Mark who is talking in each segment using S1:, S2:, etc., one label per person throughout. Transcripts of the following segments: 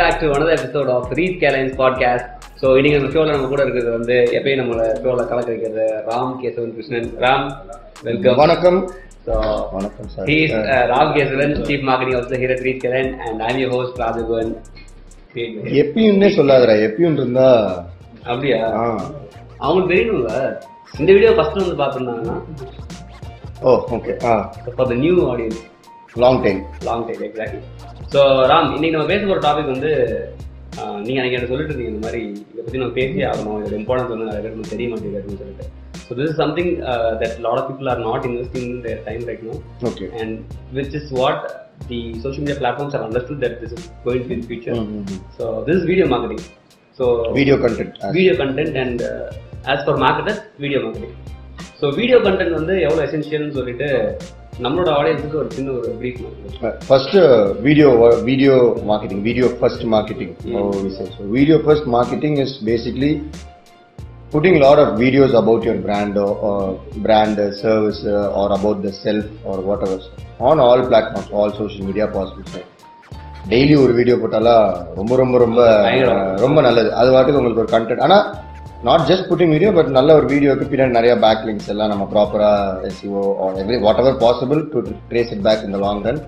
S1: Back to another episode of ரீத் கேலைன்ஸ் podcast so இன்னைக்கு நம்ம ஷோவில் நம்ம கூட இருக்கிறது வந்து எப்பயும் நம்மள ஷோவில் கலக்க வைக்கிறது ராம் கேசவன் கிருஷ்ணன் ராம் வெல்கம்
S2: வணக்கம்
S1: ஸோ
S2: வணக்கம் sir
S1: He is uh, Ram Kesavan, Chief Marketing Officer here at Reed Kiran, and I'm your host, Radhavan. uh,
S2: எப்பயும்னே சொல்லாதடா எப்பயும் இருந்தா
S1: அப்படியா
S2: ஆ.
S1: அவங்களுக்கு தெரியணும்ல இந்த வீடியோ ஃபர்ஸ்ட் வந்து பார்த்துருந்தாங்கன்னா
S2: oh okay ah
S1: for the new audience
S2: long time
S1: long time exactly so Ram இன்னைக்கு நம்ம பேச போகிற டாபிக் வந்து ஆஹ், நீங்க அன்னைக்கு என்ன சொல்லிட்டு இருந்தீங்க இந்த மாதிரி இதை பற்றி நம்ம பேசி ஆகணும் இதோட இம்பார்ட்டன்ஸ் வந்து நிறைய பேருக்கு தெரிய மாட்டேங்குது அப்படின்னு சொல்லிட்டு so this is something that lot of people are not investing their time right no
S2: okay
S1: and which is what the social media platforms have understood that this is going to be in future.
S2: Hmm.
S1: So this is video marketing. So
S2: video content
S1: video content and uh, as for marketers, video marketing. So video content வந்து எவ்வளோ எசென்ஷியல்னு சொல்லிட்டு நம்மளோட ஆடியன்ஸுக்கு ஒரு சின்ன ஒரு brief மாதிரி.
S2: First video video marketing video first marketing video first marketing is basically putting lot of videos about your brand brand service R about the self or whatever on all platforms all social media possible sir daily ஒரு video போட்டாலா ரொம்ப ரொம்ப ரொம்ப uh,
S1: பயங்கரம்.
S2: அஹ், ரொம்ப நல்லது அது வாட்டுக்கு உங்களுக்கு ஒரு கண்டென்ட் ஆனால் not just putting video but நல்ல ஒரு வீடியோக்கு பின்னாடி நிறைய பேக் லிங்க்ஸ் எல்லாம் நம்ம ப்ராப்பராக SEO or every whatever possible to trace it back இந்த லாங் ரன்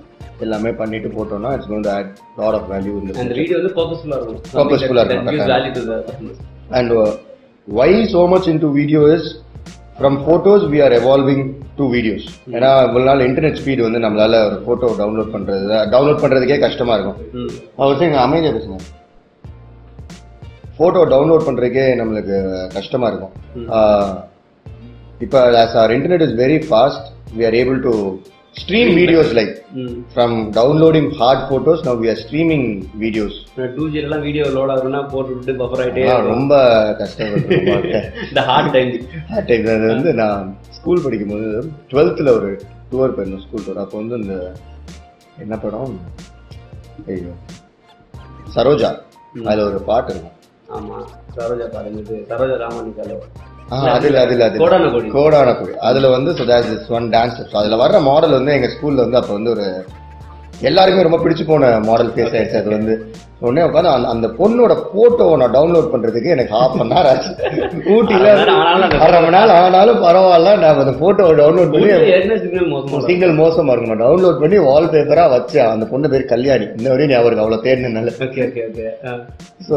S2: எல்லாமே பண்ணிட்டு போட்டோம்னா it's going to add lot of value இந்த
S1: அந்த வீடியோ வந்து purposeful-ஆ இருக்கும்.
S2: Purposeful-ஆ
S1: That-
S2: இருக்கும்,
S1: that gives
S2: correct.
S1: value to the customers.
S2: And uh, why so much into video is from photos we are evolving to videos. ஏன்னா இவ்வளவு நாள் internet speed வந்து நம்மளால ஒரு ஃபோட்டோ டவுன்லோட் பண்றது டவுன்லோட் பண்றதுக்கே கஷ்டமா இருக்கும்
S1: ம்.
S2: அவர் சரி அமைதியாக பேசுங்க ஃபோட்டோ டவுன்லோட் பண்றதுக்கே நம்மளுக்கு கஷ்டமா இருக்கும் ஆஹ், இப்போ as our internet is very fast we are able to stream videos like
S1: hmm.
S2: From downloading hard photos now we are streaming videos
S1: ஆனா 2G ல எல்லாம் video load ஆகுதுன்னா போட்டு விட்டு buffer ஆயிட்டே இருக்கும்.
S2: ரொம்ப கஷ்டப்பட்டு
S1: The hard time.
S2: Hat type அது வந்து நான் ஸ்கூல் படிக்கும்போது டுவெல்த்தில் ஒரு டூர் போயிருந்தோம் ஸ்கூல் டூர் அப்போ வந்து இந்த என்ன படம் ஐயோ சரோஜா அதில் ஒரு பாட்டு இருக்கும்
S1: ஆமா. சரோஜா பாருங்க சரோஜா ராமானிகாலோ
S2: ஆ, அதுல அதுல அது
S1: கோடான கோடி.
S2: கோடான கோடி அதுல வந்து so that is one dance steps அதுல வர்ற மாடல் வந்து எங்க ஸ்கூல்ல வந்து அப்போ வந்து ஒரு எல்லாருக்குமே ரொம்ப பிடிச்சு போன மாடல் ஃபேஸ் ஆயிடுச்சு அது வந்து உடனே உட்காந்து அந்த அந்த பொண்ணோட போட்டோவை நான் டவுன்லோட் பண்றதுக்கு எனக்கு ஹாஃப் அன் ஹவர் ஆச்சு ஊட்டியில
S1: அரை மணி நேரம் ஆனாலும்
S2: அரை மணி நேரம் ஆனாலும் பரவாயில்ல நான் அந்த போட்டோவை டவுன்லோட் பண்ணி
S1: ஊர்ல ஏற்கனவே சிக்னல் மோசமா இருக்கு.
S2: சிங்கிள் மோசமா இருக்கும் டவுன்லோட் பண்ணி வால் பேப்பரா வச்சேன் அந்த பொண்ணு பேர் கல்யாணி இன்ன வரையும் ஞாபகம் இருக்கு அவ்வளவு தேர்ந்தனால
S1: Okay, okay, okay. Ah.
S2: So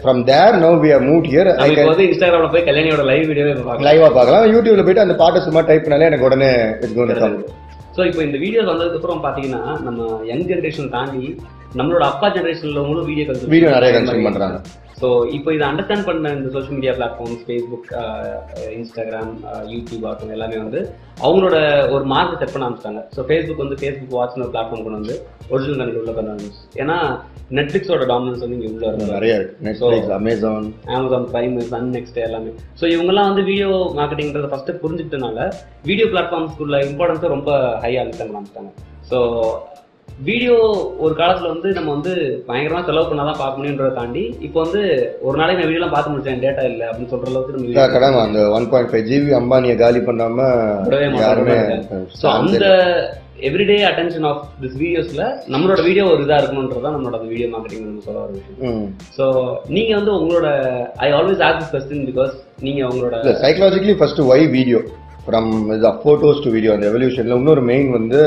S2: from there no we move here
S1: நம்ம இப்போ வந்து இன்ஸ்டாகிராம்ல போய் கல்யாணியோட லைவ் வீடியோவே இப்ப பார்க்கலாம்
S2: லைவா பார்க்கலாம் யூடியூப்ல போயிட்டு அந்த பாட்டை சும்மா டைப் பண்ணாலே எனக்கு உடனே இட்ஸ் கோன் கம்
S1: சோ இப்போ இந்த வீடியோஸ் வந்ததுக்கு அப்புறம் பாத்தீங்கன்னா நம்ம யங் ஜெனரேஷன் தாண்டி நம்மளோட அப்பா ஜெனரேஷன்ல உள்ளவங்களும் வீடியோ கன்சூம்
S2: வீடியோ நிறைய கன்சியூம் பண்றாங்க
S1: ஸோ இப்போ இதை அண்டர்ஸ்டாண்ட் பண்ண இந்த social media platforms Facebook Instagram YouTube ஆகட்டும் uh, எல்லாமே வந்து அவங்களோட ஒரு மார்க்கை செட் பண்ண ஆரம்பிச்சிட்டாங்க ஸோ ஃபேஸ்புக் வந்து ஃபேஸ்புக் வாட்ச்னு ஒரு பிளாட்ஃபார்ம் கொண்டு வந்து ஒரிஜினல் கணக்கு உள்ள கொண்டு வந்து ஏன்னா நெட்ஃப்ளிக்ஸோட டாமினன்ஸ் வந்து இங்கே உள்ள இருக்கு
S2: நிறைய இருக்கு Netflix Amazon
S1: Amazon Prime Sun next எல்லாமே ஸோ இவங்கெல்லாம் வந்து வீடியோ மார்க்கெட்டிங்கிறத ஃபஸ்ட்டு புரிஞ்சுக்கிட்டனால வீடியோ பிளாட்ஃபார்ம்ஸ்க்குள்ள இம்பார்ட்டன்ஸை ரொம்ப ஹையாக அழுத்தம் காமிச்சிட்டாங்க ஸோ வீடியோ ஒரு காலத்தில் வந்து நம்ம வந்து பயங்கரமாக செலவு பண்ணாதான் பார்க்க முடியுன்றதை தாண்டி இப்போ வந்து ஒரு நாளைக்கு நான் வீடியோலாம் பார்த்து முடிச்சேன் டேட்டா இல்லை அப்படின்னு சொல்கிற அளவுக்கு நம்ம video-
S2: கடன் அந்த ஒன் பாயிண்ட் ஃபைவ் ஜிபி அம்பானியை காலி பண்ணாம
S1: விடவே மாட்டாங்க.
S2: யாருமே
S1: ஸோ அந்த எவ்ரிடே அட்டென்ஷன் ஆஃப் திஸ் வீடியோஸில் நம்மளோட வீடியோ ஒரு இதாக இருக்கணுன்றதான் நம்மளோட வீடியோ மார்க்கெட்டிங் நம்ம சொல்ல ஒரு விஷயம்
S2: ம்
S1: ஸோ நீங்கள் வந்து உங்களோட I always ask this question because நீங்கள் உங்களோட
S2: இல்லை psychologically first why video from photos to video அந்த எவல்யூஷனில் இன்னொரு மெயின் வந்து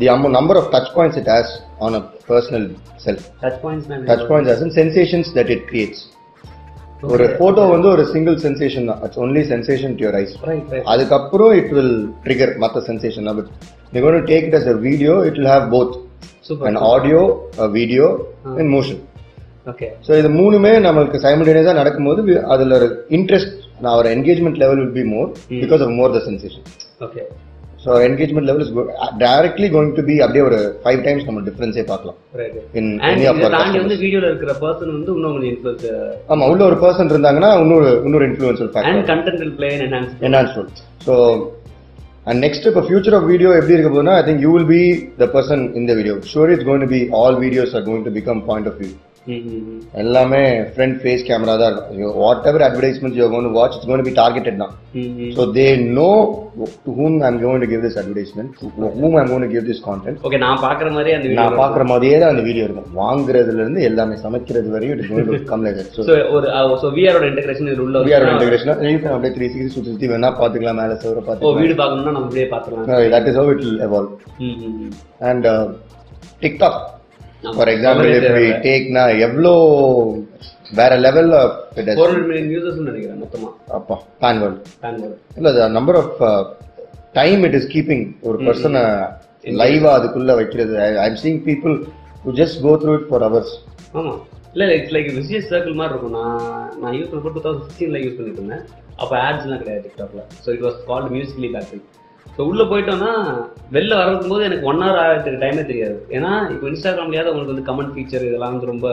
S2: தி அம்ம number of touch points it has on a personal self
S1: touch points
S2: touch points has sensations that it creates ஒரு photo வந்து ஒரு சிங்கிள் சென்சேஷன் தான் it's only sensation to your eyes
S1: right right
S2: அதுக்கப்புறம் it will trigger மற்ற sensation but நீ cone take it as a video it will have both
S1: super
S2: and audio video
S1: Ah.
S2: And motion
S1: okay
S2: so இது மூணுமே நம்மளுக்கு சைமல்டேனியஸாக நடக்கும்போது we- அதுல ஒரு interest நான் ஒரு engagement level will be more because of more the sensation
S1: okay
S2: so engagement level is directly going to be அப்படியே ஒரு ஃபைவ் டைம்ஸ் நம்ம டிஃபரன்ஸே பார்க்கலாம்
S1: right
S2: in
S1: and
S2: any of
S1: இதை தாண்டி வந்து வீடியோல இருக்கிற பர்சன் வந்து இன்னும் கொஞ்சம் இன்ஃபுளுஸ்
S2: ஆமா உள்ள ஒரு பர்சன் இருந்தாங்கன்னா இன்னொரு இன்னொரு influence factor
S1: and content will play enhance
S2: enhance role so and next இப்போ ஃபியூச்சர் ஆஃப் வீடியோ எப்படி இருக்க போதுன்னா I think you will be the person இந்த video sure it's going to be all videos are going to become point of view எல்லாமே front face camera தான் இருக்கும் whatever advertisement you gonna watch it's gonna be targeted தான்
S1: Hmm,
S2: so they know to whom I'm cone to give this advertisement whom I'm cone to give this content
S1: okay நான் பாக்குற மாதிரி அந்த
S2: நான்
S1: video
S2: பார்க்குற மாதிரியே தான் அந்த வீடியோ இருக்கும் வாங்குறதுல இருந்து எல்லாமே சமைக்கிறது வரையும் it cone to come like so
S1: so ஒரு uh, சோ விஆரோட இன்டகிரேஷன் இது உள்ள
S2: விஆர் இன்டகிரேஷன் அப்படியே த்ரீ சிக்ஸ்டி சுற்றி சுற்றி வேணா பார்த்துக்கலாம் மேலே சோற
S1: ஓ
S2: பார்த்து
S1: வீடு பார்க்கணும்னா நம்ம இப்படியே பாத்துக்கலாம்
S2: that is how it will evolve
S1: hmm, ம், ம்.
S2: அண்ட் டிக்டாக்
S1: ஆமா.
S2: ஃபார் எக்ஸாம்பிள் இஃப் வி டேக்னா எவ்வளோ வேற level of it
S1: 400 million users நினைக்கிறேன் மொத்தமா
S2: அப்பா பேன் வேர்ல்டு
S1: பேன் வேர்ல்ட்
S2: இல்லை the number of time it is keeping ஒரு பர்சனை லைவாக அதுக்குள்ள வைக்கிறது I am seeing people to just go through it for hours
S1: ஆமா இல்ல இட்ஸ் லைக் விசியஸ் சர்க்கிள் மாதிரி இருக்கும் நான் நான் யூஸ் பண்ண டூ தௌசண்ட் சிக்ஸ்டீன்ல யூஸ் பண்ணிட்டு இருந்தேன் அப்போ ஆட்ஸ்லாம் கிடையாது டிக்டாக்ல so it was called Musically battery so உள்ள போயிட்டோம்னா வெளில வரதுக்கு போது எனக்கு ஒன் ஹவர் ஆகிறதுக்கு டைமே தெரியாது ஏன்னா இப்போ இன்ஸ்டாகிராம்லயாவது உங்களுக்கு வந்து கமெண்ட் ஃபீச்சர் இதெல்லாம் வந்து ரொம்ப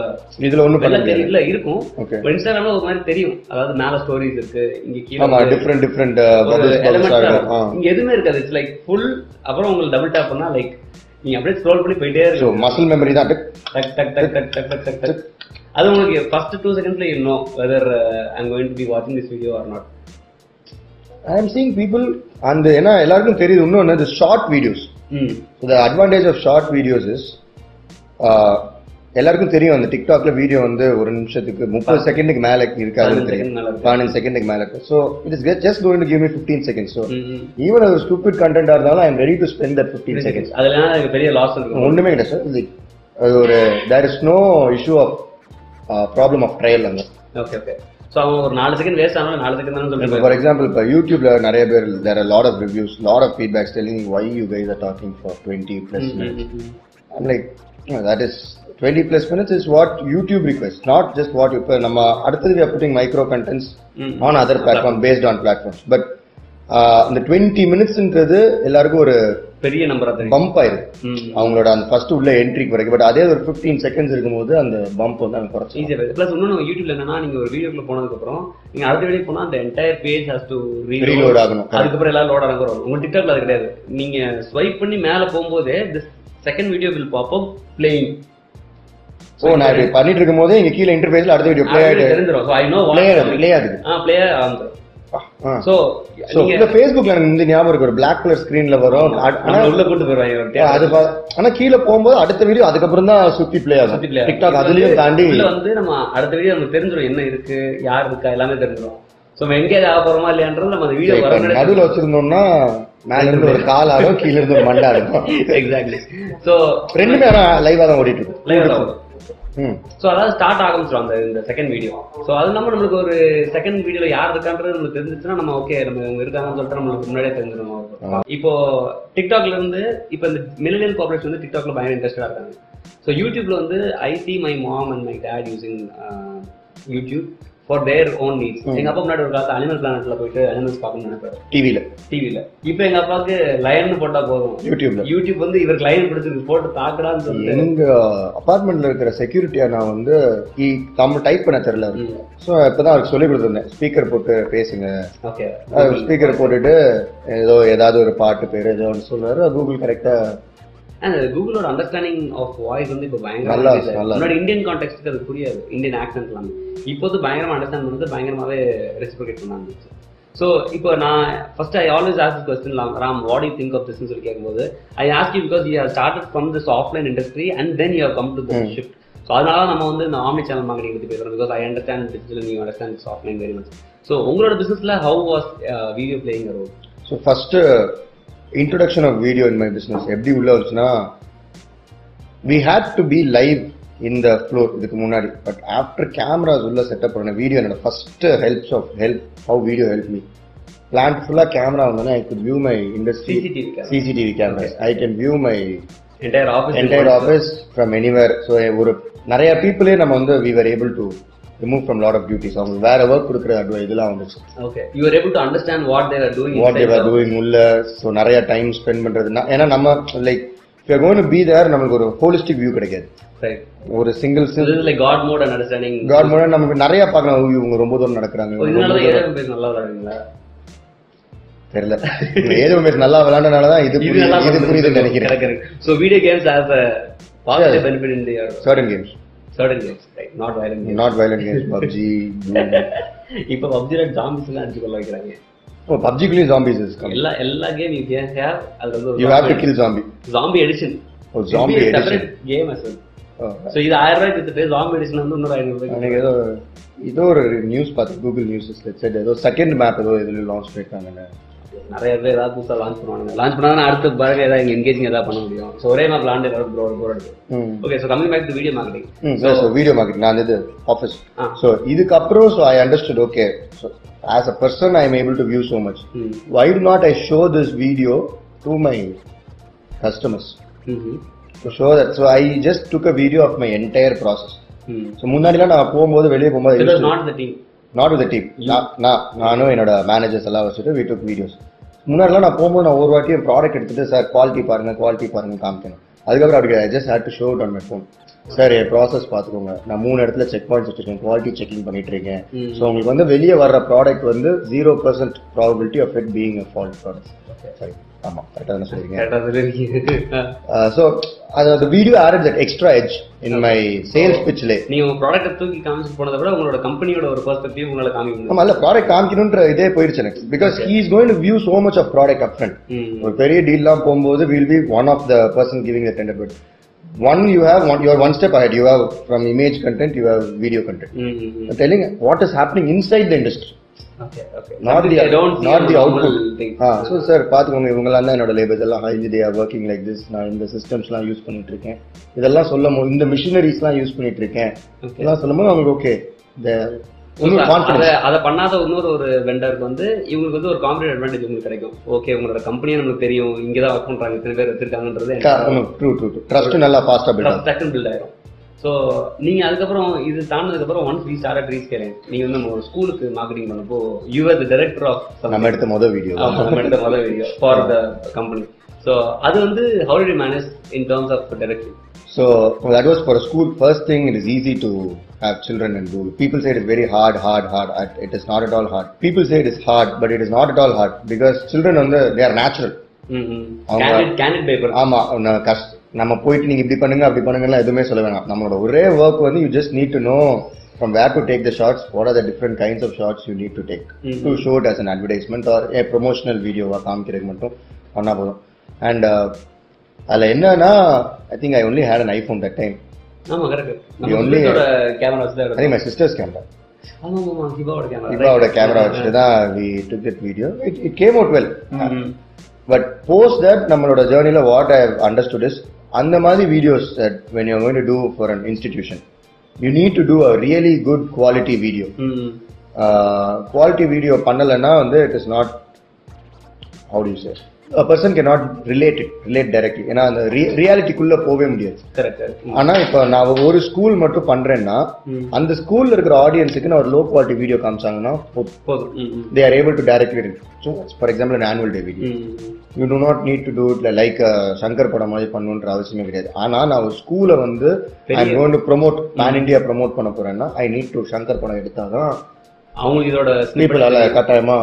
S2: இதில் ஒன்றும் பண்ண
S1: வெளில
S2: முடியாது
S1: தெரியல இருக்கும்
S2: ஓகே
S1: இப்போ இன்ஸ்டாகிராம்ல ஒரு மாதிரி தெரியும் அதாவது மேல ஸ்டோரிஸ் இருக்கு இங்க கீழே
S2: ஆமாம்
S1: வந்து
S2: டிஃப்ரெண்ட் டிஃப்ரெண்ட்
S1: ஒரு
S2: பபிள்ஸ்
S1: element
S2: பபிள்ஸாக
S1: தான்
S2: இருக்கும் ஆ
S1: இருக்கும். இங்க எதுவுமே இருக்காது இட்ஸ் லைக் ஃபுல் அப்புறம் உங்களுக்கு டபுள் டேப் பண்ணா லைக் நீங்க அப்படியே ஸ்க்ரோல் பண்ணி போயிட்டே
S2: ஸோ
S1: இருக்கும்
S2: மசில் மெமரி தான்
S1: டக் டக் டக் டக் டக் டக் டக் டக் அது உங்களுக்கு ஃபர்ஸ்ட் டூ செகண்ட்ல you know whether I'm going to be வாட்சிங் this video or not
S2: I am seeing people அந்த ஏன்னா எல்லாருக்கும் தெரியுது இன்னொன்று இந்த short videos
S1: hmm
S2: the advantage of short videos is uh, எல்லாருக்கும் தெரியும் அந்த டிக்டாக்ல வீடியோ வந்து ஒரு நிமிஷத்துக்கு முப்பது செகண்டுக்கு மேலே இருக்காதுன்னு
S1: பதினஞ்சு செகண்ட் நல்லா இருக்கு
S2: தெரியும் பதினஞ்சு செகண்டுக்கு மேலே இருக்கும் so it is just going to give me fifteen seconds so
S1: hmm, hmm.
S2: Even அது ஸ்டூபிட் கண்டென்ட் இருந்தாலும் I am ready to spend that fifteen seconds
S1: அதுல எல்லாம் எனக்கு பெரிய லாஸ் இருக்கும்
S2: ஒன்றுமே கிடையாது சார் இது அது ஒரு there is no issue of problem of trial அங்கே
S1: ஓகே ஓகே சோ அவன் ஒரு நாலு செகண்ட் வேஸ்ட் ஆனாலும் நாலு செகண்ட் தானே
S2: இப்போ
S1: சொல்றேன்
S2: ஃபார் எக்ஸாம்பிள் இப்போ யூடியூப்ல நிறைய பேர் there are lot of reviews lot of feedbacks telling why you guys are talking for twenty plus
S1: Mm-hmm.
S2: I'm like that is twenty plus minutes is what YouTube request not just what இப்போ நம்ம அடுத்தது we are putting micro contents on other platform based on platforms but uh, இந்த twenty மினிட்ஸ்ன்றது எல்லாருக்கும் ஒரு
S1: பெரிய நம்பரா தெரியும்
S2: பம்ப் ஆயிருக்கு
S1: ம்
S2: அவங்களோட அந்த ஃபர்ஸ்ட் உள்ள என்ட்ரிக்கு வரைக்கும் பட் அதே ஒரு ஃபிஃப்டீன் செகண்ட்ஸ் இருக்கும்போது அந்த பம்ப் வந்து அவங்க குறைச்சி
S1: ஈஸியா பிளஸ் இன்னொன்று யூடியூப்ல என்னன்னா நீங்க ஒரு வீடியோக்குள்ள போனதுக்கு அப்புறம் நீங்க அடுத்த வீடியோ போனா அந்த entire page has to reload
S2: reload ஆகணும்
S1: அதுக்கப்புறம் எல்லாம் லோட் ஆகும் வரும் உங்க டிக்டாக்ல அது கிடையாது நீங்க ஸ்வைப் பண்ணி மேல போகும்போதே this second video will pop up playing
S2: so நான் இப்படி பண்ணிட்டு இருக்கும்போது இங்க கீழே இன்டர்ஃபேஸ்ல அடுத்த வீடியோ ப்ளே ஆயிட்டு
S1: தெரிஞ்சிரும் சோ ஐ நோ
S2: ப்ளே ஆகுது ப்ளே ஆகுது
S1: ஆ பிளே ஆகும் சோ
S2: ஸோ இந்த ஃபேஸ்புக்ல எனக்கு இந்த ஞாபகம் இருக்கு ஒரு பிளாக் கலர் ஸ்க்ரீன்ல வரும் அ- ஆனா
S1: ஆனா உள்ள கூட்டு போயிருவாங்க
S2: அது பா- ஆனா கீழே போகும்போது அடுத்த வீடியோ அதுக்கப்புறம் தான் சுத்தி ப்ளே
S1: சுத்தி
S2: ஆகும்
S1: play ஆகும்.
S2: டிக்டாக் அதுலயும் தாண்டி
S1: உள்ள வந்து நம்ம அடுத்த வீடியோ நமக்கு தெரிஞ்சிடும் என்ன இருக்கு யார் இருக்கா எல்லாமே தெரிஞ்சிடும் சோ நம்ம எங்கேஜ் ஆக போறோமா இல்லையான்றது நம்ம அந்த வீடியோ
S2: இப்ப
S1: வர
S2: நடுவுல வச்சிருந்தோம்னா மேல இருந்து ஒரு காலாரும் கீழ இருந்து ஒரு மண்டா இருக்கும்
S1: எக்ஸாக்ட்லி சோ
S2: ரெண்டுமே ஆனா லைவா தான் ஓடிட்டு இருக்கும் ம்.
S1: ஸோ அதாவது ஸ்டார்ட் ஆரம்பிச்சிடும் அந்த இந்த செகண்ட் வீடியோ ஸோ அது இல்லாமல் நம்மளுக்கு ஒரு செகண்ட் வீடியோல யார் இருக்கான்றது நம்மளுக்கு தெரிஞ்சிச்சுன்னா நம்ம ஓகே நம்ம இவங்க இருக்காங்கன்னு சொல்லிட்டு நம்மளுக்கு முன்னாடியே தெரிஞ்சிடும் இப்போ டிக்டாக்ல இருந்து இப்போ இந்த மில்லியன் கார்பரேஷன் வந்து டிக்டாக்ல பயங்கர இன்ட்ரெஸ்டாக இருக்காங்க ஸோ யூடியூப்ல வந்து I see my mom and my dad using YouTube for their own needs எங்க அப்பா முன்னாடி ஒரு காலத்து அனிமல் பிளானட்ல போயிட்டு அனிமல்ஸ் பார்க்கணும்னு நினைப்பாரு
S2: டிவில
S1: டிவியில இப்போ எங்க அப்பாவுக்கு லயன் போட்டா போதும்
S2: யூடியூப்ல
S1: யூடியூப் வந்து இவருக்கு லயன் பிடிச்சிருக்கு போட்டு தாக்கடான்னு சொல்லிட்டு
S2: எங்க அபார்ட்மெண்ட்ல இருக்கிற செக்யூரிட்டியா நான் வந்து he- நம்ம டைப் பண்ண தெரியல
S1: ம்.
S2: ஸோ இப்பதான் அவருக்கு சொல்லி கொடுத்துருந்தேன் ஸ்பீக்கர் போட்டு பேசுங்க
S1: ஓகே
S2: ஸ்பீக்கர் போட்டுட்டு ஏதோ ஏதாவது ஒரு பாட்டு பேரு ஏதோ ஒன்று சொல்றாரு கூகுள் கரெக்டா
S1: அந்த கூகுளோட அண்டர்ஸ்டாண்டிங் ஆஃப் வாய்ஸ் வந்து இப்போ பயங்கரமா
S2: நல்லா
S1: இருக்கு.
S2: நல்லா
S1: முன்னாடி இந்தியன் கான்டெக்ட்க்கு அது புரியாது இந்தியன் ஆக்சன்ட் எல்லாமே இப்போ வந்து பயங்கரமா அண்டர்ஸ்டாண்ட் வந்து பயங்கரமாவே ரெசிபிகேட் பண்ணாங்க ஸோ இப்போ நான் first I always ask question Ram what you think of திஸ்னு சொல்லி கேட்கும்போது I ask you because you have started from this offline industry and then you have come to this shift so அதனால நம்ம வந்து இந்த ஆம்னி சேனல் மார்க்கெட்டிங் பற்றி பேசுகிறோம் because I understand digital you understand this offline very much so உங்களோட பிசினஸ்ல how was video playing role
S2: so first introduction of video in my business எப்படி உள்ள வந்துச்சுன்னா we had to be live in the floor இதுக்கு முன்னாடி but after cameras உள்ள setup பண்ண video என்னோட first helps of help how video help me plant ஃபுல்லாக camera வந்தோன்னா I could view my industry
S1: CCTV
S2: CCTV cameras I can view my
S1: entire
S2: entire
S1: office
S2: office from anywhere so ஒரு நிறைய பீப்புளே நம்ம வந்து we were able to remove from lot of duties அவங்களுக்கு வேற work கொடுக்குற advice இதெல்லாம் வந்துச்சு
S1: okay you are able to understand what there are doing
S2: whatever doing உள்ள ஸோ நிறைய டைம் ஸ்பெண்ட் பண்ணுறதுனா ஏன்னா நம்ம லைக் இப்போ கோன் பி தேர் நமக்கு ஒரு ஹோலிஸ்டிக் வியூ கிடைக்காது
S1: ரைட்
S2: ஒரு single
S1: so this like god mode and understanding
S2: god மூலம் நமக்கு நிறைய பார்க்கலாம் "ஓ, இவங்க ரொம்ப தூரம் நடக்கிறாங்க இவங்க
S1: இதனால தான்
S2: ரொம்ப தூரம்
S1: ஏழாம் பேர் நல்லா விளையாடுவீங்களா
S2: தெரியல ஏதோ மிஸ் நல்லா விளையாண்டனால தான் இது
S1: இது
S2: புரியுது-
S1: நல்லா
S2: இது புரியுதுன்னு நினைக்கிறேன்
S1: so video games as a positive benefit in
S2: certain games
S1: certain games, right? Not violent games.
S2: Not violent games PUBG
S1: இப்போ பப்ஜில ஜாம்பிஸ் எல்லாம் அடிச்சு கொள்ள வைக்கிறாங்க
S2: ஓ பப்ஜிக்குள்ளேயும் ஜாம்பிஸ் இஸ் கம்
S1: எல்லா எல்லா கேம் யூ கேன் ஹேவ் அதுல வந்து
S2: you have to kill zombie
S1: zombie edition
S2: O zombie edition
S1: separate game as well so இது 1000 ரூபாய்க்கு வித்துட்டு ஜாம்பி எடிஷன் வந்து இன்னொரு 500 ரூபாய்க்கு
S2: Oh, எனக்கு ஏதோ ஏதோ ஒரு நியூஸ் பார்த்து கூகுள் நியூஸ் சரி ஏதோ செகண்ட் மேப் ஏதோ இதுல லான்ச் பண்ணிருக்காங்க
S1: நிறைய பேர் ஏதாவது புதுசா லான்ச் பண்ணுவாங்க லான்ச் பண்ணா அடுத்த பாருங்க ஏதாவது எங்கேஜிங் ஏதாவது பண்ண முடியும் சோ ஒரே மாதிரி லாண்ட் வரும் bro bro
S2: hmm
S1: okay so coming back to video marketing
S2: so video market நான் இது ஆஃபீஸ்
S1: ஆ.
S2: ஸோ இதுக்கப்புறம் so I understood okay so as a person I am able to view so much why not I show this video to my customers
S1: hmm
S2: to show that so I just took a video of my entire process
S1: hmm
S2: so முன்னாடிலாம் நான் போகும்போது வெளியே போகும்போது
S1: not the team
S2: not with team நான் நானும் என்னோட managers எல்லாம் வச்சுட்டு வீ டுக் வீடியோஸ் முன்னாடிலாம் நான் போகும்போது நான் ஒரு வாட்டியும் ப்ராடக்ட் எடுத்துட்டு சார் குவாலிட்டி பாருங்க குவாலிட்டி பாருங்க காமிக்கணும் அதுக்கப்புறம் அப்படி just had to show on my phone sir என் ப்ராசஸ் பார்த்துக்கோங்க நான் மூணு இடத்துல செக் பாயிண்ட்ஸ் வச்சிருக்கேன் குவாலிட்டி செக்கிங் பண்ணிட்டு இருக்கேன்
S1: ம்.
S2: ஸோ உங்களுக்கு வந்து வெளியே வர்ற ப்ராடக்ட் வந்து zero percent probability of it being a fault product சரி ஆமாம் கரெக்டாக தானே சொல்லிருக்கீங்க
S1: கரெக்டா சொல்லிருக்கீங்க
S2: ஸோ அது அந்த video added that extra edge in my sales பிச்சிலே
S1: நீங்க உங்க ப்ராடக்ட் தூக்கி காமிச்சு போனதை விட உங்களோட கம்பெனியோட ஒரு பெர்ஸ்பெக்டிவ் உங்களால காமிக்க முடியும்
S2: நம்ம அதில் ப்ராடக்ட் காமிக்கணுன்ற இதே போயிடுச்சு எனக்கு because he is going view so much of product apparent
S1: ம்.
S2: ஒரு பெரிய டீல்லாம் போகும்போது will be one of the person giving the tender but one you have one you're one step ahead you have from image content you have video content
S1: hmm, ம், hmm.
S2: Telling what is happening inside the industry
S1: Okay, okay.
S2: Not the-
S1: I don't see
S2: not the
S1: a normal
S2: output.
S1: thing.
S2: Ah so sir Ah, பார்த்துக்கோங்க இவங்கெல்லாம் தான் என்னோட labours எல்லாம் highly they are working like this நான் இந்த சிஸ்டம்ஸ்லாம் use பண்ணிட்டு இருக்கேன் இதெல்லாம் சொல்லும் போது இந்த மிஷினரிஸ்லாம் யூஸ் பண்ணிட்டு இருக்கேன்
S1: Okay.
S2: இதெல்லாம் சொல்லும் போது அவங்களுக்கு ஓகே இந்த
S1: அத-
S2: கான்ஃபிடன்ஸ்
S1: அத பண்ணாத இன்னொரு ஒரு வெண்டருக்கு வந்து இவங்களுக்கு வந்து ஒரு காம்பரேட் அட்வான்டேஜ் உங்களுக்கு கிடைக்கும் ஓகே உங்களோட கம்பெனியை நமக்கு தெரியும் இங்க தான் ஒர்க் பண்றாங்க இத்தனை பேர் வச்சிருக்காங்கன்றது எனக்கு
S2: ட்ரூ ட்ரூ ட்ரூ ட்ரஸ்ட் நல்லா ஃபாஸ்ட்டாக பில்ட் ஆகும்
S1: டக்குன்னு பில்ட் ஆயிரும் ஸோ நீங்க அதுக்கப்புறம் இது தாண்டதுக்கு அப்புறம் ஒன்ஸ் வி ஸ்டார்ட் ரீச் கேரேன் நீங்க வந்து நம்ம ஒரு ஸ்கூலுக்கு மார்க்கெட்டிங் பண்ணப்போ யூஆர் தி டைரக்டர் ஆஃப்
S2: நம்ம எடுத்த மொதல் வீடியோ
S1: ஆமா, நம்ம எடுத்த முதல் video for the company so அது வந்து how to manage in terms of direction
S2: So that was for a school. First thing, it is easy to have children and do. People say it is very hard, hard, hard. I- It is not at all hard. People say it is hard, but it is not at all hard because children on the they are natural. அவங்க-
S1: candid paper
S2: ஆமா நான் கஷ்ட நம்ம போயிட்டு நீங்க இப்படி பண்ணுங்க அப்படி பண்ணுங்கலாம் எதுவுமே சொல்ல வேணாம் நம்மளோட ஒரே ஒர்க் வந்து you just need to know from where to take the shots what are the different kinds of shots you need to take
S1: Mhm.
S2: To show it as an advertisement or a promotional வீடியோவாக காமிக்கிறதுக்கு மட்டும் பண்ணா போதும் and அதில் என்னன்னா I think I only had an iPhone that time
S1: ஆமா correct
S2: You
S1: நம்ம
S2: only-
S1: புதுசோட கேமரா வச்சு தான்
S2: I think my sister's camera.
S1: ஆமா ஆமா ஹிபாவோட கேமரா
S2: இவாவோட கேமரா வச்சுட்டு தான் we took that video it it came out well but post that நம்மளோட ஜேர்னியில் வாட் ஐ அண்டர்ஸ்டுட் இஸ் அந்த மாதிரி videos that when you going to do for an institution you need to do a really good quality video quality video Uh, பண்ணலைன்னா வந்து it is not how to say a person can not relate it relate directly ஏன்னா அந்த ரியாலிட்டிக்குள்ளே போகவே முடியாது
S1: correct
S2: ஆனால் இப்போ நான் ஒரு ஸ்கூல் மட்டும் பண்ணுறேன்னா
S1: ம்.
S2: அந்த ஸ்கூலில் இருக்கிற ஆடியன்ஸுக்கு நான் ஒரு லோ குவாலிட்டி வீடியோ காமிச்சாங்கன்னா போதும்
S1: போதும் ம், ம்.
S2: they are able to directly reach. So, for example, an annual day video.
S1: ம்,
S2: You do not need to do it li- like uh, Shankar படம் மாதிரி பண்ணணுன்ற அவசியமே கிடையாது ஆனா நான் ஒரு ஸ்கூலை வந்து ஐ
S1: பெரிய-
S2: gone to promote pan India promote பண்ண போறேன்னா ஐ நீட் டு சங்கர் படம் எடுத்தாதான்
S1: அவங்களுக்கு இதோட snippet
S2: பீப்புளால கட்டாயமா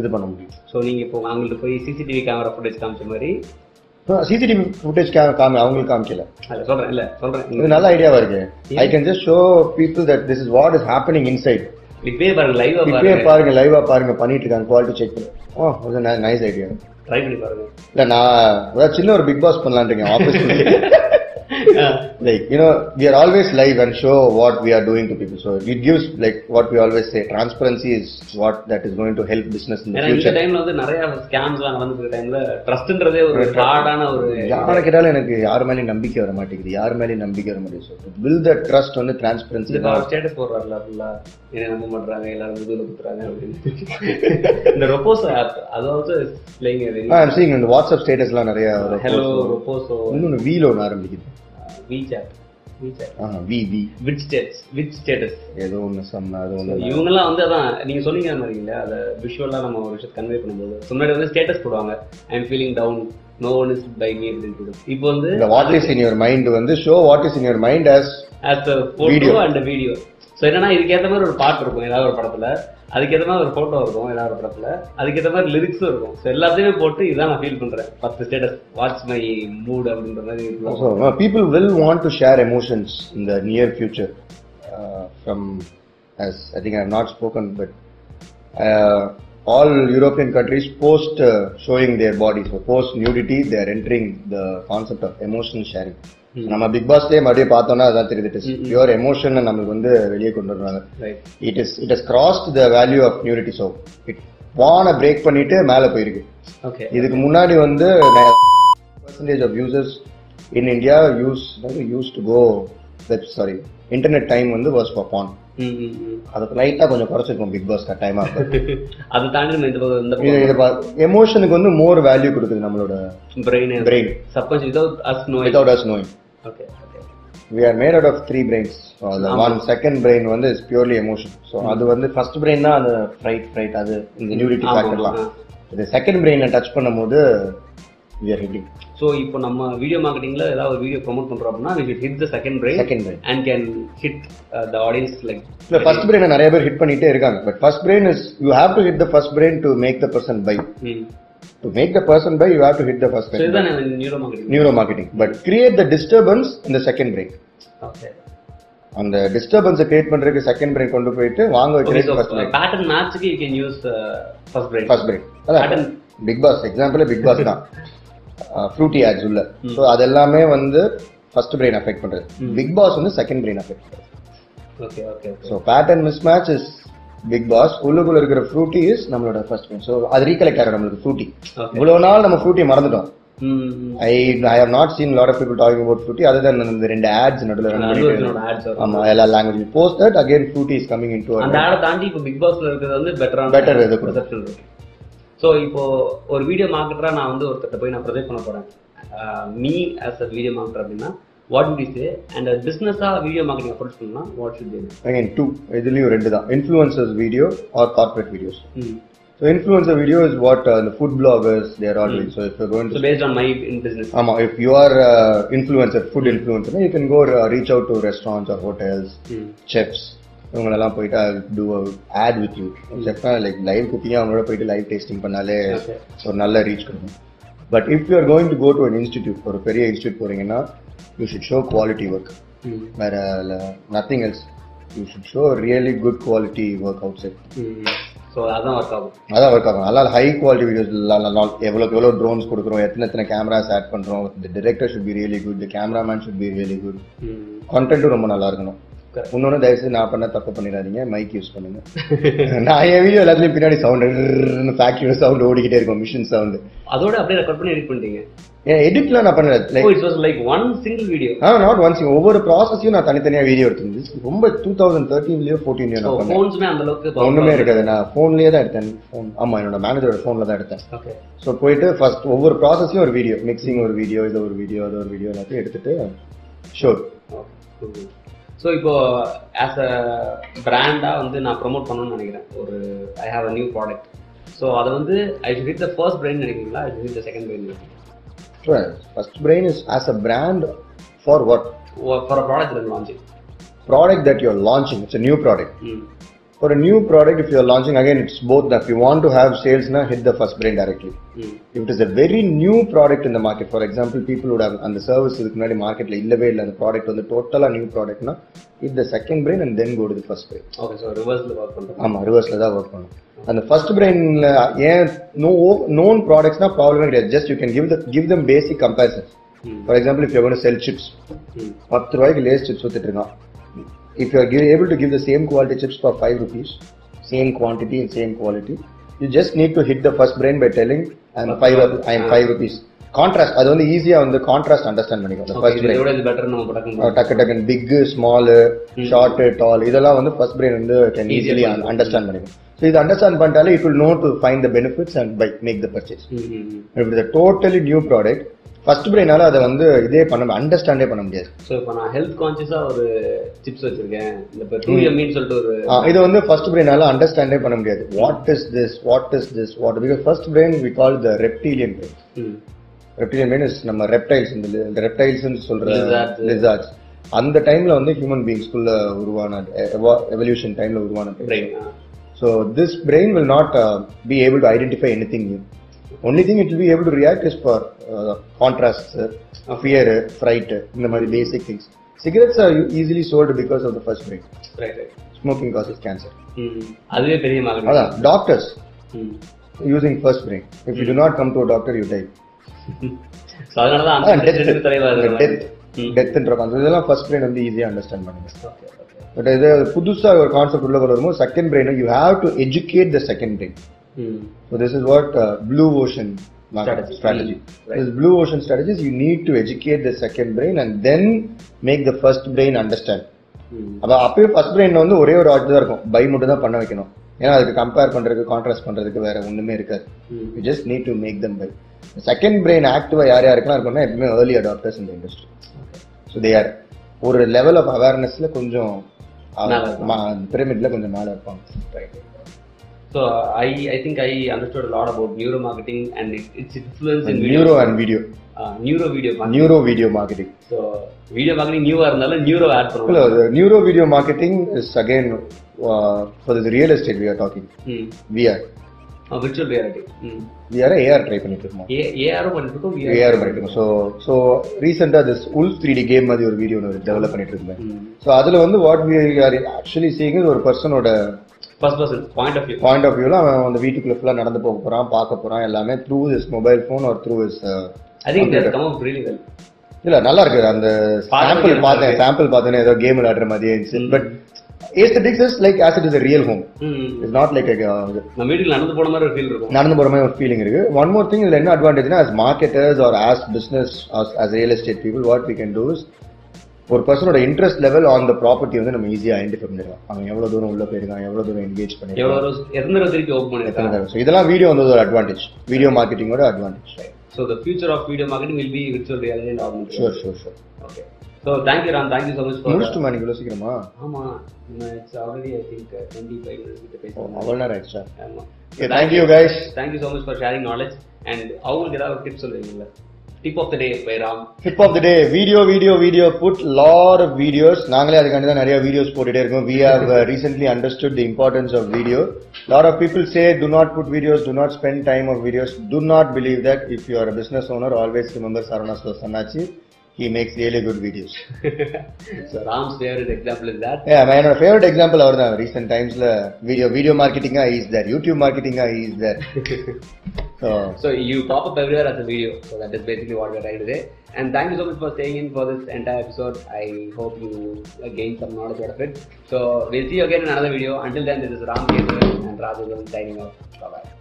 S2: இது பண்ண முடியும்
S1: ஸோ நீங்க இப்போ அவங்களுக்கு போய் சிசிடிவி கேமரா ஃபுட்டேஜ் காமிச்ச மாதிரி
S2: சிசிடிவி ஃபுட்டேஜ் காமி அவங்களுக்கு காமிக்கல
S1: அல்ல சொல்றேன் இல்ல சொல்றேன்
S2: இது நல்ல ஐடியாவா இருக்கு I can just show people that this is what is happening inside
S1: இப்பயே பாருங்க லைவா பாருங்க
S2: இப்பயே பாருங்க லைவா பாருங்க பண்ணிட்டு இருக்காங்க குவாலிட்டி செக் பண்ணி ஓ நைஸ் ஐடியா
S1: ட்ரை பண்ணி பாருங்க
S2: இல்ல நான் அதாவது சின்ன ஒரு பிக் பாஸ் பண்ணலான்னு இருக்கேன் office like you know we are always live and show what we are doing to people so it gives like what we always say transparency is what that is going to help business in the
S1: ஏன்னா இந்த
S2: future
S1: டைம்ல வந்து நிறைய scams எல்லாம் நடந்துருக்க டைம்ல ட்ரஸ்ட்ன்றதே ஒரு ஹார்டான ஒரு
S2: யாரை கேட்டாலும் எனக்கு யார் மேலேயும் நம்பிக்கை வர மாட்டேங்குது யார் மேலேயும் நம்பிக்கை வர மாட்டேங்குது வில் த ட்ரஸ்ட் வந்து டிரான்ஸ்பரன்சி
S1: இதுக்கு அவர் ஸ்டேட்டஸ் போடுறாருல ஃபுல்லா என்ன நம்ப மாட்டாங்க எல்லாரும் இதுல குத்துறாங்க அப்படின்னு இந்த ரொப்போசோ ஆப் அது also playing
S2: I am seeing இந்த வாட்ஸ்அப் ஸ்டேட்டஸ்லாம் நிறைய
S1: ஹலோ ரொப்போசோ
S2: இன்னொன்று வீல் ஒன்று ஆரம்பிக்குது
S1: WeChat WeChat
S2: ah we we
S1: விட் ஸ்டேட்டஸ் விட் ஸ்டேட்டஸ்
S2: ஏதோ ஒன்று சம்னா அது ஒன்று
S1: இவங்கெல்லாம் வந்து அதான் நீங்க சொன்னீங்க அந்த மாதிரி இல்லையா அதை விஷுவலா நம்ம ஒரு விஷயத்தை கன்வே பண்ணும்போது So, முன்னாடி வந்து ஸ்டேட்டஸ் போடுவாங்க I am feeling down no one is by me அப்படின்னு இப்போ வந்து
S2: இந்த what is in your mind வந்து show what is in your mind as
S1: as a photo
S2: Video.
S1: And video so என்னன்னா இதுக்கேற்ற மாதிரி ஒரு பாட்டு இருக்கும் ஏதாவது ஒரு படத்துல அதுக்கேற்ற மாதிரி ஒரு ஃபோட்டோ இருக்கும் ஏதாவது ஒரு படத்துல அதுக்கேற்ற மாதிரி லிரிக்ஸும் இருக்கும் ஸோ எல்லாத்தையுமே போட்டு இதான் நான் ஃபீல் பண்றேன் பத்து ஸ்டேட்டஸ் வாட்ச் மை மூட் அப்படின்ற மாதிரி இருக்கும்
S2: So, uh, people will want to share emotions in the near future. Uh, from, as I think I have not spoken, but uh, all European countries post uh, showing their bodies or post nudity, they are entering the concept of emotion sharing. நம்ம big பாஸ்லயே மறுபடியும் பார்த்தோம்னா அதான் தெரியுது it is pure emotion நம்மளுக்கு வந்து வெளியே கொண்டு வர்றாங்க
S1: right
S2: it is it is crossed the value of நியூரிட்டி ஸோ இட் வான பிரேக் பண்ணிட்டு மேலே போயிருக்கு
S1: ஓகே
S2: இதுக்கு முன்னாடி வந்து percentage of users in India use use to go web sorry internet time வந்து வாஸ் ஃபார் பான்
S1: ம் ம், ம்.
S2: அது லைட்டாக கொஞ்சம் குறைச்சிருக்கும் பிக் பாஸ் டைம் ஆகும்
S1: அதை தாண்டி நம்ம இந்த பக்கம் இந்த
S2: இது எமோஷனுக்கு வந்து மோர் வேல்யூ கொடுக்குது நம்மளோட
S1: brain
S2: brain
S1: subconscious without us know
S2: without us knowing
S1: okay okay
S2: we are made out of three brains அந்த ஒன் செகண்ட் பிரெயின் வந்து இஸ் பியூர்லி எமோஷன் ஸோ அது வந்து ஃபர்ஸ்ட் பிரெயின் தான் அது ஃப்ரைட் ஃப்ரைட் அது இந்த நியூரிட்டி
S1: ஆமா,
S2: ஃபேக்டர்லாம்
S1: ஆமா.
S2: இது செகண்ட் பிரெயினை டச் பண்ணும்போது வி ஆர் ஹிட்டிங்
S1: ஸோ இப்போ நம்ம வீடியோ மார்க்கெட்டிங்ல ஏதாவது ஒரு வீடியோ ப்ரோமோட் பண்றோம் அப்படின்னா we should hit the second brain
S2: second brain
S1: and can hit uh, the audience like
S2: இல்ல ஃபர்ஸ்ட் பிரெயினை நிறைய பேர் ஹிட் பண்ணிட்டே இருக்காங்க but first brain is you have to hit the first brain to make the person buy
S1: hmm.
S2: To make the person buy you have to hit the first
S1: Hmm. So
S2: brain
S1: இதுதான் neuro marketing
S2: neuro marketing but create the disturbance இந்த second brain
S1: okay
S2: அந்த டிஸ்டர்பன்ஸை create பண்றதுக்கு second brain கொண்டு போயிட்டு வாங்க
S1: okay
S2: வைக்கிறது
S1: so
S2: first brain
S1: pattern மேட்ச்சுக்கு you can use first brain
S2: first brain அதான்
S1: pattern
S2: big pass example big pass தான் ஃப்ரூட்டி ஆட்ஸ் உள்ள ஸோ அதெல்லாமே வந்து ஃபர்ஸ்ட் பிரெயின் அஃபெக்ட் பண்றது பிக் பாஸ் வந்து செகண்ட் பிரெயின் அஃபெக்ட் பண்றது
S1: okay okay
S2: so pattern miss match is big pass உள்ளுக்குள்ள இருக்கிற ஃப்ரூட்டி இஸ் நம்மளோட ஃபர்ஸ்ட் பிரெயின் ஸோ அது ரீகலெக்ட் ஆகிடும் நம்மளுக்கு ஃப்ரூட்டி
S1: ஓகே
S2: இவ்வளோ நாள் நம்ம ஃப்ரூட்டியை மறந்துட்டோம்
S1: ம்
S2: I I have not seen lot of people talking about Frooti other than இந்த ரெண்டு ஆட்ஸ் நடுவில் ரன் பண்ணிட்டு
S1: அனுபவத்தினோட ஆட்ஸ் வரும்
S2: ஆமா எல்லா language post that again Frooti is coming in to
S1: அந்த ஆடை தாண்டி இப்போ பிக் பாஸ்ல இருக்கிறது வந்து பெட்டரான
S2: Better இது கொடுக்கும்.
S1: ப்ரொஜெக்ஷன் இருக்கு ஸோ இப்போ ஒரு வீடியோ மார்க்கெட்டரா நான் வந்து ஒருத்தட்ட போய் நான் ப்ரொஜெக்ட் பண்ண போறேன் me as a video marketer அப்படின்னா வாட் டு சே அண்ட் பிஸ்னஸா வீடியோ மார்க்கெட்டிங் அப்ரோச் பண்ணா வாட் ஷுட்
S2: அகைன் டூ இதுலயும் ரெண்டு தான் influencers video or corporate videos
S1: hmm
S2: so influencer video is what அந்த food bloggers there are doing so if you going
S1: so based on my in business
S2: ஆமா if you are influencer food influencer you can go reach out to restaurants or hotels
S1: ம்
S2: chefs இவங்களெல்லாம் போயிட்டு do ad with you செஃப்னா like live cooking அவங்களோட போயிட்டு live tasting பண்ணாலே
S1: Okay.
S2: ஒரு நல்ல ரீச் கிடைக்கும் but if you are going to go to an institute ஒரு பெரிய இன்ஸ்டியூட் போறீங்கன்னா you should show quality work
S1: ம்
S2: வேற nothing else you should show really good quality work out set
S1: hmm so அதான் work ஆகும்
S2: அதான் work ஆகும் நல்லா ஹை குவாலிட்டி வீடியோஸ் எவ்வளோக்கு எவ்வளோ ட்ரோன்ஸ் கொடுக்குறோம் எத்தனை எத்தனை கேமராஸ் ஆட் பண்ணுறோம் the director should be really good the cameraman should be really good
S1: ம்
S2: கண்டென்ட்டும் ரொம்ப நல்லா இருக்கணும்
S1: Correct.
S2: இன்னொன்று தயவுசெய்து நான் பண்ண தப்பு பண்ணிடாதீங்க மைக் யூஸ் பண்ணுங்க நான் என் வீடியோ எல்லாத்துலயும் பின்னாடி சவுண்டு ஃபேக்டரியோட சவுண்ட் ஓடிக்கிட்டே இருக்கும் மிஷின் சவுண்டு
S1: அதோட அப்படியே ரெக்கார்ட் பண்ணி எடிட் பண்ணிட்டீங்க Oh,
S2: ஏன் எடிட்லாம் நான் பண்ணல
S1: ஓ
S2: like
S1: it was like one single video
S2: ah not once ஒவ்வொரு ப்ராசஸையும் நான் தனித்தனியாக வீடியோ எடுத்துருந்தேன் ரொம்ப டூ தௌசண்ட் தேர்ட்டீன்லேயோ ஃபோர்டீன்லேயோ
S1: ஸோ
S2: நான் பண்ணேன்
S1: ஃபோன்ஸுமே அந்த அளவுக்கு
S2: ஒன்றுமே இருக்காது நான் ஃபோன்லேயே தான் எடுத்தேன் ஃபோன் ஆமாம் என்னோட மேனேஜரோட ஃபோனில் தான் எடுத்தேன்
S1: ஓகே
S2: ஸோ போயிட்டு ஃபர்ஸ்ட் ஒவ்வொரு ப்ராசஸ்லையும் ஒரு வீடியோ மிக்சிங் ஒரு வீடியோ இது ஒரு வீடியோ அது ஒரு வீடியோ எல்லாத்தையும் எடுத்துட்டு ஷோர்
S1: ஸோ இப்போ ஆஸ் அ பிராண்டாக வந்து நான் ப்ரோமோட் பண்ணணும்னு நினைக்கிறேன் ஒரு I have a new product so அதை வந்து I should hit the first brain நினைக்கிறீங்களா I should hit the second brain
S2: first brain is as a brand for what
S1: for a product ரெண்டு launch
S2: product that you're launching its new product
S1: hmm
S2: for a new product if you're launching again it's both that you want to have சேல்ஸ்னா hit the first brain directly
S1: hmm
S2: if it is a very new product in the market for example people would have அந்த service இதுக்கு முன்னாடி மார்க்கெட்ல இல்லவே இல்லை அந்த product வந்து டோட்டலாக நியூ ப்ராடக்ட்னா it the second brain and then go to first brain
S1: okay so ரிவர்ஸில் ஒர்க் பண்ணுறோம்
S2: ஆமா ரிவர்ஸ்ல தான் ஒர்க் பண்ணும் அந்த ஃபர்ஸ்ட் பிரெயின்ல ஏன் நோ நோன் ப்ராடக்ட்ஸ்னா ப்ராப்ளமே கிடையாது just you can give the give them basic comparison
S1: hmm
S2: for example if எவ்வளோ செல் சிப்ஸ்
S1: ம்
S2: பத்து ரூபாய்க்கு லேஸ் சிப்ஸ் வித்துட்டு இருக்கான் if you are able to give the same quality chips for five rupees same quantity and same quality you just need to hit the first brain by telling I'm five I am five rupees contrast அது வந்து ஈஸியாக வந்து contrast understand பண்ணிக்கலாம்
S1: okay
S2: first
S1: இதை விட இது better நம்ம படக்கம்
S2: டக்கு டக்குன்னு பிக்கு ஸ்மாலு ஷார்ட்டு டால் இதெல்லாம் வந்து ஃபர்ஸ்ட் பிரெயின் வந்து கேன்
S1: Easy-ஆ
S2: ஈஸிலி அண்டர்ஸ்டாண்ட் பண்ணிக்கும் ஸோ இது அண்டர்ஸ்டாண்ட் பண்ணிட்டாலே it will know to find the benefits and buy make the purchase
S1: hmm hmm
S2: இப்படி டோட்டலி நியூ ப்ராடக்ட் ஃபர்ஸ்ட் பிரெயினால அதை வந்து இதே பண்ண அண்டர்ஸ்டாண்டே பண்ண முடியாது
S1: ஸோ இப்போ நான் ஹெல்த் கான்சியஸாக ஒரு சிப்ஸ் வச்சுருக்கேன் இந்த இப்போ டூ எம்மின்னு E சொல்லிட்டு ஒரு
S2: ஆ, இது வந்து ஃபர்ஸ்ட் பிரெயினால அண்டர்ஸ்டாண்டே பண்ண முடியாது what is this what is this what because first brain we call the reptilian brain
S1: hmm
S2: reptilian brain is நம்ம ரெப்டைல்ஸ் இந்த ரெப்டைல்ஸ் சொல்ற
S1: Lizards.
S2: லிசார்ட்ஸ் அந்த டைம்ல வந்து ஹியூமன் பீயிங்ஸ்குள்ள உருவான எவல்யூஷன் டைம்ல உருவான
S1: Brain.
S2: So this brain will not be able to identify anything new only thing it will be able to react is for contrast fear fright இந்த மாதிரி basic things cigarettes are easily sold because of the first brain
S1: Right, right.
S2: Smoking causes cancer
S1: hmm. அதுவே பெரிய மாதிரி
S2: அதான் doctors
S1: hmm.
S2: Using first brain if you do not come to doctor you die
S1: So, அதனாலதான் அந்த பிரச்சனைக்கு தலைவராக
S2: death
S1: hmm.
S2: டெத்ன்ற concept Hmm. இதெல்லாம் ஃபர்ஸ்ட் பிரெயின் வந்து ஈஸியாக அண்டர்ஸ்டாண்ட் பண்ணுங்க
S1: Okay, okay.
S2: பட் இது புதுசாக ஒரு கான்செப்ட் உள்ள கொண்டு வரும்போது second brain you have to educate the second brain
S1: hmm.
S2: So this is what uh, blue ocean market
S1: Strategy.
S2: strategy.
S1: Mm, right.
S2: This blue ocean strategies. You need to educate the second brain and then make the first brain understand.
S1: ம்.
S2: அப்போ அப்பயே first பிரெயினில் வந்து ஒரே ஒரு art தான் இருக்கும் by மட்டும் தான் பண்ண வைக்கணும் ஏன்னா அதுக்கு கம்பேர் பண்ணுறதுக்கு கான்ட்ராஸ்ட் பண்ணுறதுக்கு வேற ஒன்றுமே இருக்காது
S1: ம்.
S2: You just need to make them buy second brain ஆக்டிவாக யார் யாருக்கெல்லாம் இருக்கும்னா எப்பவுமே ஏர்லி அடாப்டர்ஸ் இந்த இண்டஸ்ட்ரி ஸோ தே ஆர் ஒரு லெவல் ஆஃப் அவேர்னஸில் கொஞ்சம்
S1: மேல இருப்பாங்க.
S2: பிரமிட்ல கொஞ்சம் மேலே இருப்பாங்க
S1: So, I, I think I understood a lot about neuro marketing and it, its influence in video.
S2: Neuro and video
S1: Uh, neuro video marketing.
S2: Neuro video marketing
S1: so video marketing நியூவாக இருந்தாலும் neuro ad
S2: Well,
S1: பண்ணுவோம்
S2: uh, the neuro video marketing is again uh, for the real estate we are talking.
S1: Hmm
S2: VR.
S1: Virtual reality hmm
S2: We are AR try பண்ணிட்டு இருக்கோம்.
S1: ஏ ஏஆரும் பண்ணிட்டு இருக்கோம்
S2: AR பண்ணிட்டு இருக்கோம். So so recent-ஆ this Wolf 3D game மாதிரி ஒரு video ஒன்று develop பண்ணிட்டு இருந்தேன். So அதுல வந்து what we are actually seeing is ஒரு பர்சனோட
S1: first person point of view
S2: point of வியூல அவன் அந்த வீட்டுக்குள்ள ஃபுல்லா நடந்து போக போறான், பார்க்க போறான் எல்லாமே through this mobile phone or through is
S1: I think that come out really well
S2: uh, இல்ல நல்லா இருக்கு அந்த
S1: பார்க்கவே
S2: சாம்பிள்
S1: நல்லா
S2: பார்த்தேன் சாம்பிள் பார்த்தேன்னா ஏதோ கேம் விளையாடுற மாதிரியே இருந்துச்சு but aesthetics is like as it is real home
S1: hmm
S2: is not like
S1: நம்ம வீட்டுக்கு நடந்து போன மாதிரி ஒரு ஃபீல் இருக்கும்
S2: uh, நடந்து போற மாதிரி ஒரு ஃபீலிங் இருக்கு ஒன் மோர் திங் இதுல என்ன அட்வான்டேஜ்னா as marketers or as business as real estate people what we can do ஒரு பர்சனோட interest level on the property வந்து நம்ம ஈஸியாக ஐடென்டிஃபை பண்ணிடலாம் அவன் எவ்வளவு தூரம் உள்ள போயிருக்கான் எவ்வளவு தூரம் என்கேஜ்
S1: எவ்வளோ ஒரு எத்தனை தடவை திருப்பி ஓப்பன் பண்ணியிருக்காங்க
S2: பண்ணிருக்கான் ஸோ இதெல்லாம் வீடியோ வந்து ஒரு அட்வான்டேஜ் வீடியோ மார்க்கெட்டிங்கோட advantage
S1: so the future of video marketing will be virtual reality and augment
S2: sure sure sure
S1: okay so thank you Ram thank you so much for
S2: முடிச்சுட்டுமா நீங்க இவ்வளவு சீக்கிரமா
S1: ஆமாம் நம்ம it's already I think twenty five minutes uh, கிட்ட பேசுவோம்
S2: அவ்வளோ நேரம் ஆயிடுச்சா
S1: ஆமாம்
S2: okay thank you guys
S1: thank you so much for sharing knowledge and அவங்களுக்கு ஏதாவது டிப்ஸ் சொல்லுவீங்களா tip of the day by Ram
S2: hip of the day video video video put lot of videos நாங்களே அதுக்காண்டி தான் நிறைய வீடியோஸ் போட்டுட்டே இருக்கோம் uh, we have recently understood the importance of video lot of people say do not put videos do not spend time of videos do not believe that if you are business owner always remember Saravana so சன்னாச்சி he makes really good videos
S1: So Ram's favorite example is that.
S2: என்னோட favourite example அவர் தான் recent டைம்ஸ்ல video video மார்க்கெட்டிங்கா is there YouTube மார்க்கெட்டிங்கா is there so
S1: So you pop up everywhere as a video. So that is basically what we're trying to say. And thank you so much for staying in for this entire episode. I hope you uh, gained some knowledge out of it. So we'll see you again in another video. Until then, this is Ram Kesar and Raju signing off. Bye bye.